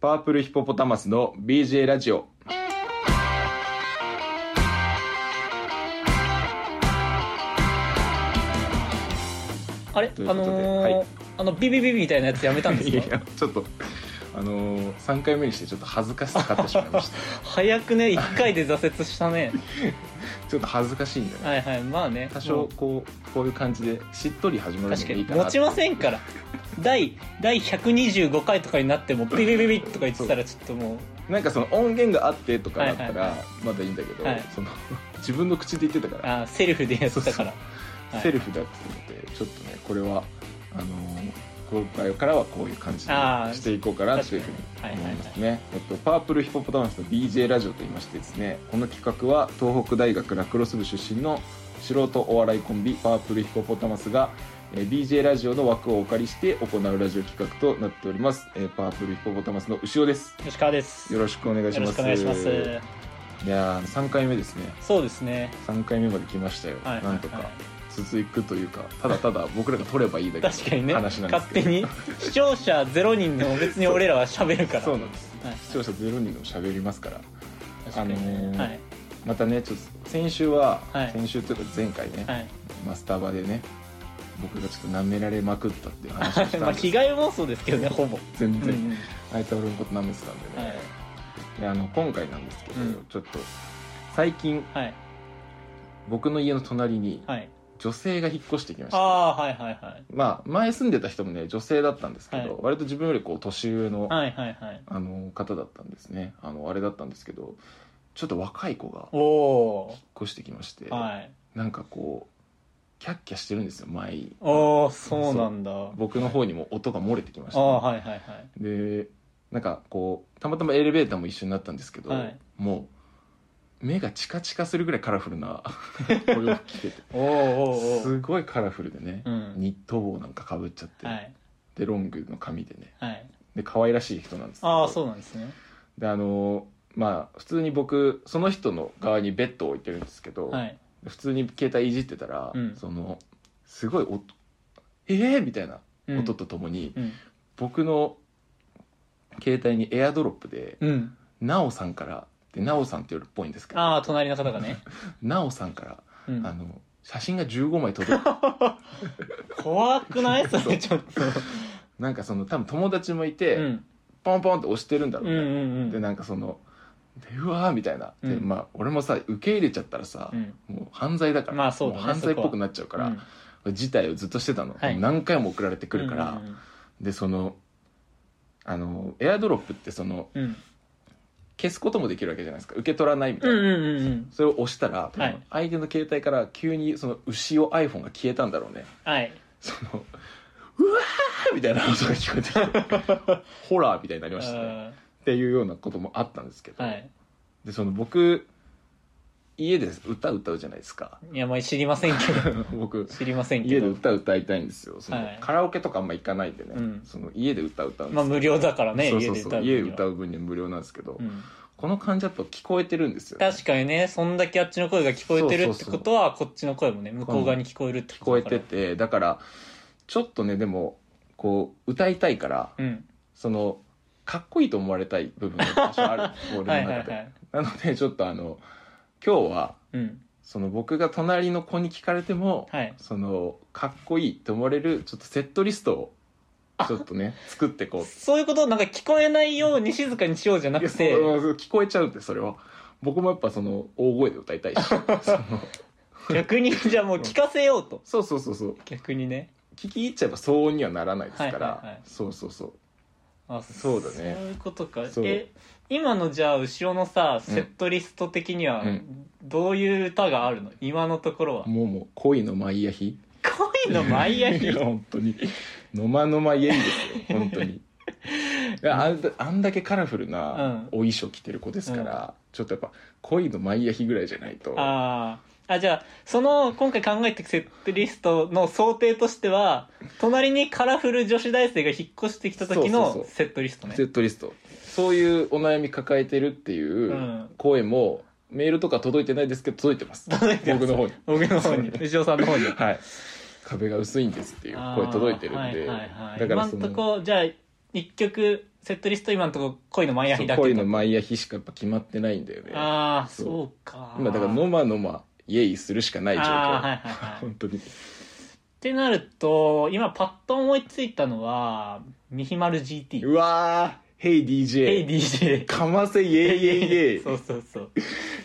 パープルヒポポタマスの BJ ラジオあれあということでのーはいあのビビビビみたいなやつやめたんいですかやちょっとあのー、3回目にしてちょっと恥ずかしさかってしまいました 早くね1回で挫折したねちょっと恥ずかしいんだよねはいはいまあね多も少うこうこういう感じでしっとり始まるの確もかいにいかな持ちませんから第第125回とかになってもビビビビとか言ってたらちょっともうなんかその音源があってとかだったはいはいらまだいいんだけど、はいその自分の口で言ってたから、あーセルフでやってたからはいセルフだって言ってちょっとねこれはあのー今回からはこういう感じにあーしていこうかなというふうにはいはい思はいいますね、えっと、パープルヒポポタマスの BJ ラジオといいましてですねこの企画は東北大学ラクロス部出身の素人お笑いコンビパープルヒポポタマスがえー BJ ラジオの枠をお借りして行うラジオ企画となっております、えーパープルヒポポタマスの牛尾です吉川ですよろしくお願いしよろましすくお願いしますいやー3回目ですねそうですね3回目まで来ましたよ、はいなんとか、はい続くというかただただ僕らが取ればいいだけ確かにね話なんです勝け手どに視聴者0人でも別に俺らは喋るからそうなんです、はい視聴者ゼロ人でも喋りますから確かにあのねーはいまたねちょっと先週は、はい先週というか前回ね、はいマスタバでね僕がちょっと舐められまくったっていう話をしたん まあです被害妄想ですけどねほぼ全うんう然、んあいつは俺のこと舐めてたんでね、であの今回なんですけど、うんちょっと最近はいはい僕の家の隣にはい女性が引っ越してきました、ああーはいはいはいまあ前住んでた人もね女性だったんですけど、はい割と自分よりこう年上の、はいはいはいあの方だったんですねあのあれだったんですけどちょっと若い子がお引っお越してきまして、ーはいなんかこうキャッキャしてるんですよ前おおそうなんだ僕の方にも音が漏れてきましあた、あはいはいはいでなんかこうたまたまエレベーターも一緒になったんですけど、はいもう目がチカチカするぐらいカラフル なお洋服着てておーおーおーすごいカラフルでね、うんニット帽なんかかぶっちゃって、はいでロングの髪でねはいで可愛らしい人なんですけどああそうなんですねであのまあ普通に僕その人の側にベッドを置いてるんですけど、はい普通に携帯いじってたら、うんそのすごい音ええみたいなうん音とともに、うん僕の携帯にエアドロップでうんなおさんからでなおさんって夜っぽいんですけどああ隣の方がねなおさんから、うんあの写真が15枚届 く怖くないそそうれちょっとなんかその多分友達もいて、うんポンポンって押してるんだうんろううね、んうでんなんかそのでうわーみたいな、でうんまあ俺もさ受け入れちゃったらさ、うんもう犯罪だから、まあそうだねも犯罪っぽくなっちゃうから、事態をずっとしてたの、はい何回も送られてくるから、うんうんでそのあのエアドロップってそのうん消すこともできるわけじゃないですか受け取らないみたいうんな、うんうんうんそれを押したら、多分はい相手の携帯から急にその牛を iPhone が消えたんだろうねはいそのうわーみたいな音が聞こえてき てホラーみたいになりましたねあっていうようなこともあったんですけど、ーはいでその僕家で歌歌うじゃないですかいやまあ知りませんけど 僕知りませんけ家でど歌歌いたいんですよその、はいカラオケとかあんま行かないんでね、うんその家で歌歌うんですまあ無料だからねそう家そうでそう歌う家で歌うう分には無料なんですけど、うんこの感じだと聞こえてるんですよね、確かにねそんだけあっちの声が聞こえてるってことはこっちの声もね向こう側に聞こえるって聞こことえだかてらてだからちょっとねでもこう歌いたいからうんそのかっこいいと思われたい部分が多少ある俺 はいのはい中ではいなのでちょっとあの今日はうんその僕が隣の子に聞かれても、はいそのかっこいいと思われるちょっとセットリストをちょっとね作ってこうそういうことをなんか聞こえないように静かにしようじゃない やくそてう聞こえちゃうんでそれは僕もやっぱその大声で歌い たいしその逆にじゃあもう聞かせようとそうそうそうそう逆にね聞き入っちゃえば騒音にはならないですから、はいはいはいそうそうそうあそうだねそういうことかそうえ今のじゃあ後ろのさセットリスト的にはうどういう歌があるの今のところはもうもう恋のマイヤヒ恋のマイヤヒいや 本当にのまのまイエイですよ本 当にいやあんだあんだけカラフルなお衣装着てる子ですから、ちょっとやっぱ恋のマイヤヒぐらいじゃないとあーあじゃあその今回考えてセットリストの想定としては隣にカラフル女子大生が引っ越してきた時そうそうのそうセットリストねセットリストそういうお悩み抱えてるっていううん声も、メールとか届いてないですけど届いてます届いてます僕の方に僕の方に そう牛尾さんの方にはい壁が薄いんですっていう声届いてるんで、あーはいはいはい、だから今そんのとこじゃあ一曲セットリスト今のところ恋のマイアそうヒだけ恋の毎日しかやっぱ決まってないんだよねああそそううか今だからのまのまイエイするしかない状況、あーはいはいはい本当にってなると今パッと思いついたのは「ミヒマル GT う」わー「ヘイ DJ」 Hey DJ かませイエイイエイイエイ そうそうそう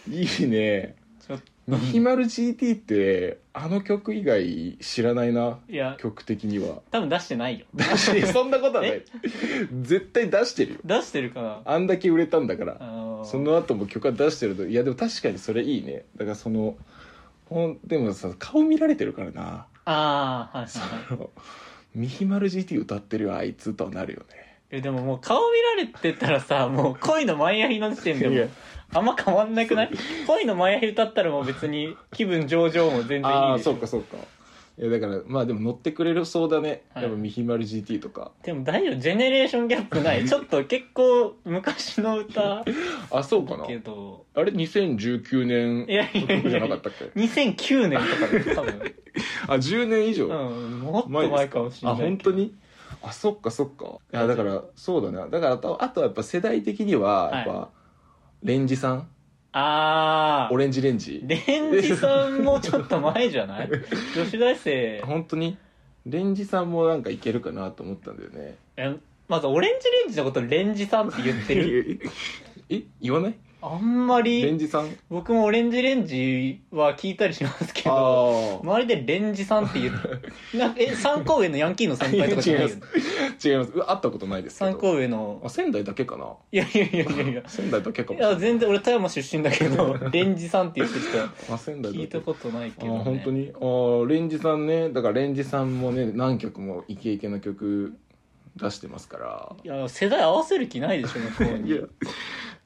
いいねちょっとミヒマル GT ってあの曲以外知らないないや曲的に は多分出してないよ 出してそんなことはない絶対出してるよ出してるかなあんだけ売れたんだからあのその後も曲は出してるといやでも確かにそれいいねだからそのほんでもさ顔見られてるからな ああはいはいはいあのミヒマル GT 歌ってるよあいつとはなるよえでももう顔見られてたらさもう恋の前やりの時点でねいもやうあんま変わんなくない恋の前やり歌ったらもう別に気分上々も全然いいああでしょそうかそうかいやだからまあでも乗ってくれるそうだね、はいやっぱミヒマル GT とかでも大丈夫ジェネレーションギャップないちょっと結構昔の歌あそうかなけどあれ2019年いやいやいじゃなやかったっけ2009年とかで多分、あ10年以上、うん、もっと前かもしれないあ本当にあそっかそっかいやだからそうだねだからあとあとはやっぱ世代的にはやっぱ、レンジさんああオレンジレンジレンジさんもちょっと前じ ゃない女子大生本当にレンジさんもなんかいけるかなと思ったんだよねえまずオレンジレンジのことレンジさんって言っ てるえ言わないあんまりレンジさん僕もオレンジレンジは聞いたりしますけどああ周りでレンジさんって 言うなんかえ三公園のヤンキーの先輩とかじゃないよね違いますうわ会ったことないですけ三ど公園のあ仙台だけかないやいやいやいやいや仙台だけかいもしれやない全然俺富山出身だ けどレンジさんって言ってきたあ仙台だけ聞いたことないけど、ね、あ本当にあーレンジさんねだからレンジさんもね何曲もイケイケの曲出してますからいや世代合わせる気ないでしょ向こういやに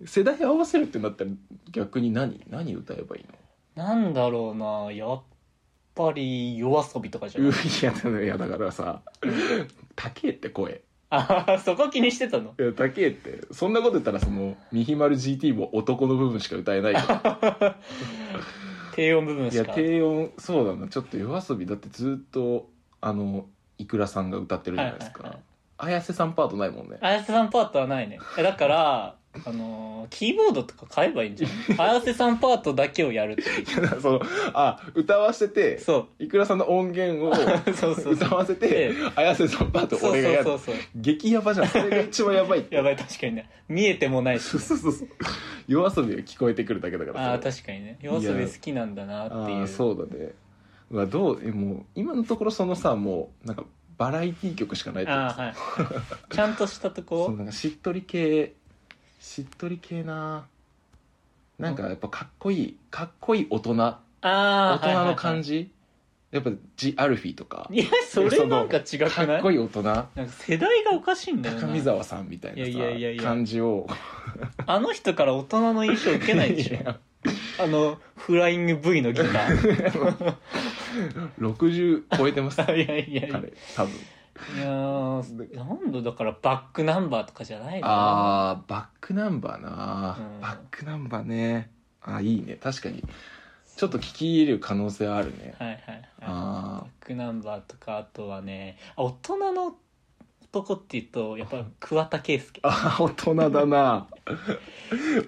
世代合わせるってなったら逆に何何歌えばいいなんだろうなやっぱり夜遊びとかじゃのない いやだからいやだからさ 「高え」って声あーそこ気にしてたのいや高えってそんなこと言ったらその「ミヒマル GT」も男の部分しか歌えないから低音部分いしやか低音そうだなちょっと夜遊びだってずっとあのいくらさんが歌ってるじゃないですか、はいはいはい綾瀬さんパートないもんね 綾瀬さんパートはないねえだからあのーキーボードとか買えばいいんじゃ ない綾瀬さんパートだけをやるっていうそのあ歌わせてそいくらさんの音源 をうそうそうそう歌わせてえ綾瀬さんパートそう俺がやそるうそうそう激ヤバじゃんそれが一番やばいって やばい確かにね見えてもないしそうね、そうそうそう夜遊びが聞こえてくるだけだからああそれ確かにね夜遊び好きなんだなっていあーうそうだねうわどうえもう今のところそのさもうなんかバラエティ曲しかないってことあーはいちゃんとしたとそうこなんかしっとり系しっとり系ななんかやっぱかっこいいかっこいい大人大ああ人の感じ、やっぱジ・アルフィーとかいやそれなんか違くないかっこいい大人なんか世代がおかしいんだよ高な見沢さんみたいないやいやいやいさや感じをあの人から大人の印象受けないでし ょいやあのフライング V のギタ ー60超えてます いやいやいや彼多分いやーなんだだからバックナンバーとかじゃないのあーバックナンバーな、うんバックナンバーねあいいね確かにちょっと聞き入れる可能性はあるねはいはいはいバあックナンバーとかあとはねあ大人の男っていうとやっぱ桑田佳祐ーあー大人だ な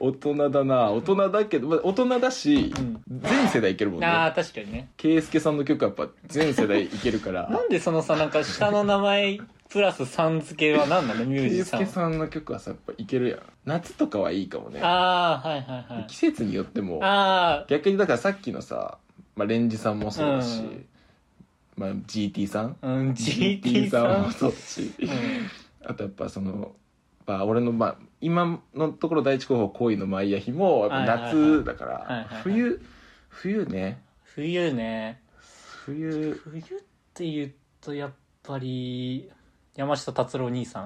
大人だな大人だけどまあ大人だしうん全世代いけるもんあねー確かにね圭介さんの曲はやっぱ全世代いけるからなんでそのさなんか下の名前プラスさん付けは何な のミュー圭ジシャ介ンさんの曲はさやっぱいけるやん夏とかはいいかもねああはいはいはい季節によってもあ逆にだからさっきのさ、まあ、レンジさんもそうだし、うんまあ、GT さんあうん GT さんもそうだしうんあとやっぱその、まあ、俺の、まあ、今のところ第一候補恋のマイヤヒもやっぱはいはいは夏いだかはいはいらはい冬冬ね冬ね冬冬って言うとやっぱり山下達郎兄さ ん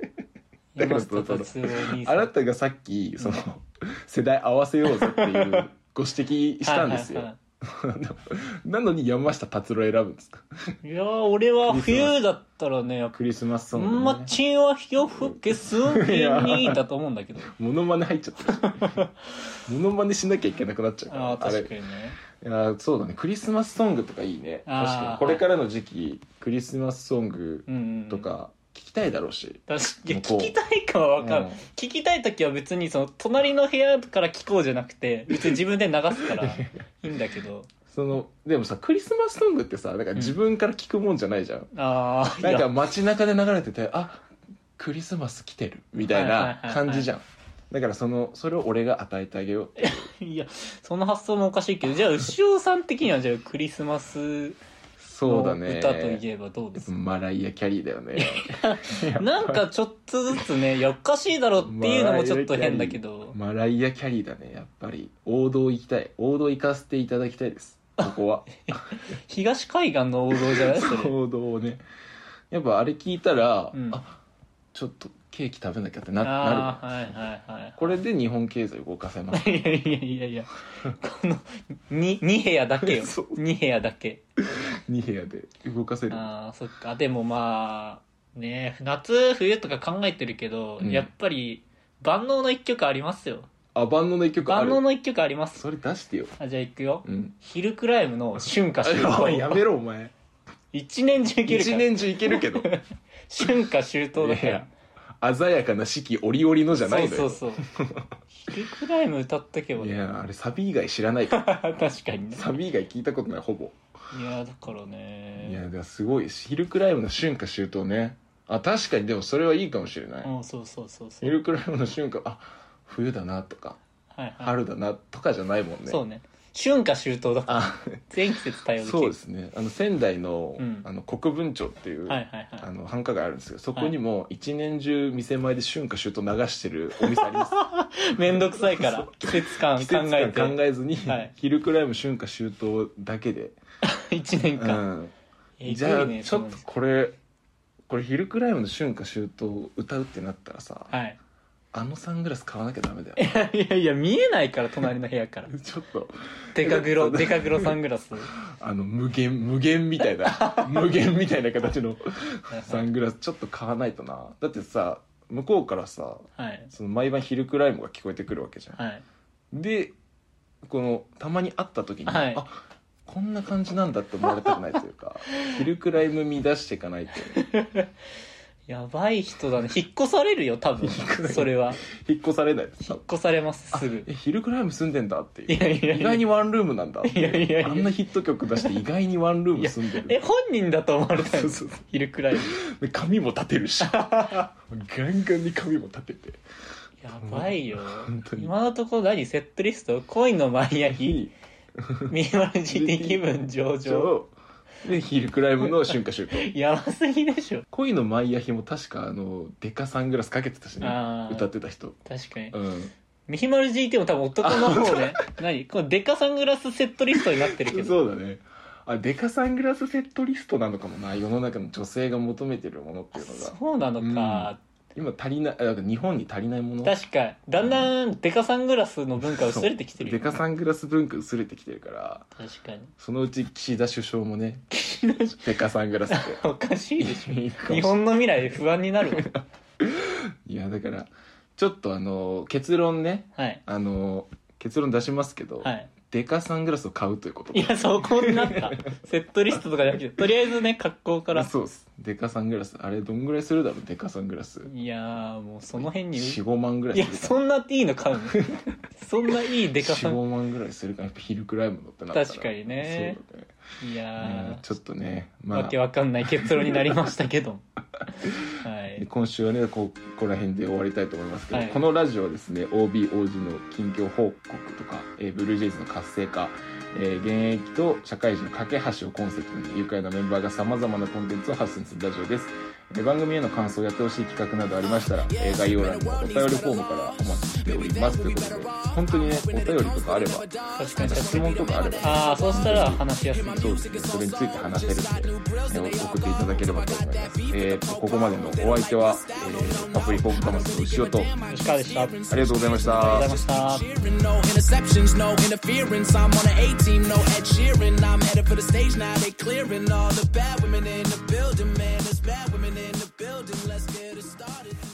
だから山下達郎兄さあんなたがさっきその世代合わせようぜっていうご指摘したんですはいよは なのに山下達郎選ぶんですかいはいいやー俺は冬だったらねやっぱクリスマスソ「ング、マね、チンは火を吹けすんげに」だと思うんだ けどモノマネ入っちゃってる しモノマネしなきゃいけなくなっちゃうからああれ確かにねいやーそうだねクリスマスソングとかいいね確あーかにこれからの時期クリスマスソングうんうんとか、聞きたいだろうし確かにいや向こう聞きたいかは分かる、うん聞きたい時は別にその隣の部屋から聞こうじゃなくて別に自分で流す からいいんだけどそのでもさクリスマスソングってさなんか自分から聞くもんじゃないじゃん、ああなんか街中で流れててあクリスマス来てるみたいはいはいなはいはい感じじゃんだからそのそれを俺が与えてあげようって いやその発想もおかしいけどじゃあ牛尾さん的にはじゃあクリスマスそのうだ歌ねといえばどうですか、マライア・キャリーだ よねなんかちょっとずつねいやおかしいだろっていうのもちょっと変だけどマライア・キャリーだねやっぱり王道行きたい王道行かせていただきたいですここは東海岸の王道じ ゃないそれ王道をねやっぱあれ聞いたら、うんあちょっとケーキ食べなきゃってななあるあはいはいはいこれで日本経済を動かせ ますいやいやいやいやこのに2部屋だけ よそう2部屋だけ2部屋で動かせるああそっかでもまあね夏冬とか考えてるけど、うんやっぱり万能の一曲ありますよあ万能の一曲あ万能るの一曲ありますそれ出してよあじゃあ行くようんヒルクライムの春夏秋 おいやめ冬ろお前一年中いけるか一ら年中いける けど春夏秋冬だいからや鮮やかな四季折々のじゃないのよそうそうそうヒルクライム歌っとけばいねやあれサビ以外知らないから 確かにねサビ以外聞いたことないほぼいやだからいやねだからすごいヒルクライムの春夏秋冬ねあ確かにでもそれはいいかもしれない、うんそうそうそうそヒうルクライムの春夏あ冬だなとかはいはい春だなとかじゃないもんね、そうね春夏秋冬だからあ全季節対応できるそうですねあの仙台の,、うんあの国分町っていう、はいはいあはの繁華街あるんですけどそこにも一年中店前で春夏秋冬流してるお店あり ますい面倒くさいかそらう季節感季考節感えて考えずに、はいヒルクライム春夏秋冬だけで、 1年う間ん、えじぐゃいあねちょっそとのこれこれヒルクライムの春夏秋冬歌うってなったらさ、はい あのサングラス買わなきゃダメだよいやいや見えないから隣の部屋 からちょっとデカグロデカグロサングラスあの無限無限みたい な無限みたいな形のサングラスちょっと買わないとなだってさ向こうからさはいその毎晩ヒルクライムが聞こえてくるわけじゃん、はいでこのたまに会った時に、はいあこんな感じなんだって思われたくないという かヒルクライム見出していかないとやばい人だね引っ越されるよ多分それは引っ越されないです引っ越されますすぐえヒルクライム住んでんだっていういやいやいや意外にワンルームなんだってういやいやいやあんなヒット曲出して意外にワンルーム住んでるえ本人だと思われたんそでうすそうそう昼くらいにで髪も立てる しガンガンに髪も立ててやばいよ本当に今のところ何セットリスト恋のマイ アヒミニマル GT 気分上々でヒルクライムの春夏秋冬やばすぎでしょ恋のマイアヒも確かあのデカサングラスかけてたしねあー歌ってた人確かにうんミニマル GT も多分男の方ね何このデカサングラスセットリストになってるけどそうだねあデカサングラスセットリストなのかもな世の中の女性が求めてるものっていうのがそうなのか、今足りないあだから日本に足りないもの確かにだんだんデカサングラスの文化薄れてきてるそうよデカサングラス文化薄れてきてるから確 かにそのうち岸田首相もねデカサングラスっておかしいでしいいかもょ しれな日い本の未来不安になるわ いやだからちょっとあの結論ねはいあの結論出しますけど、はいデカサングラスを買うということいや、そこになった。セットリストとかじゃなくて、とりあえずね、格好から。そうですデカサングラスあれどんぐらいするだろうデカサングラスいやー、もうその辺に。い45万ぐらいや、するそんないいの買うのそんないいデカさん。 45万ぐらいするからやっぱヒルクライムのってなったら確かにねそうだねいうんやちょっとねー、まわけあわかんない結論になりましたけど。はい。今週はねこここら辺で終わりたいと思いますけど、はいこのラジオはですね OBOG の近況報告とか、えーブルージェイズの活性化、えー現役と社会人の架け橋をコンセプトに愉快なメンバーがさまざまなコンテンツを発信するラジオです、えー番組への感想やってほしい企画などありましたら、えー概要欄のお便りフォームからお待ちしておりますということで本当にねお便りとかあれば確かに質問とかあればあー、そうしたら話しやすい。そうですね、それについて話せるんで、ね、送っていただければと思います。えー、とここまでのお相手は、えー、パプリコプタマスの牛尾と、あ石川でした。ありがとうりがとうございましたござい。ました。 cheering, no interceptions, no interference. I'm on an A team, no Ed Sheeran. I'm headed for the stage now. They clearing all the bad women in the building, man. There's bad women in the building. Let's get it started.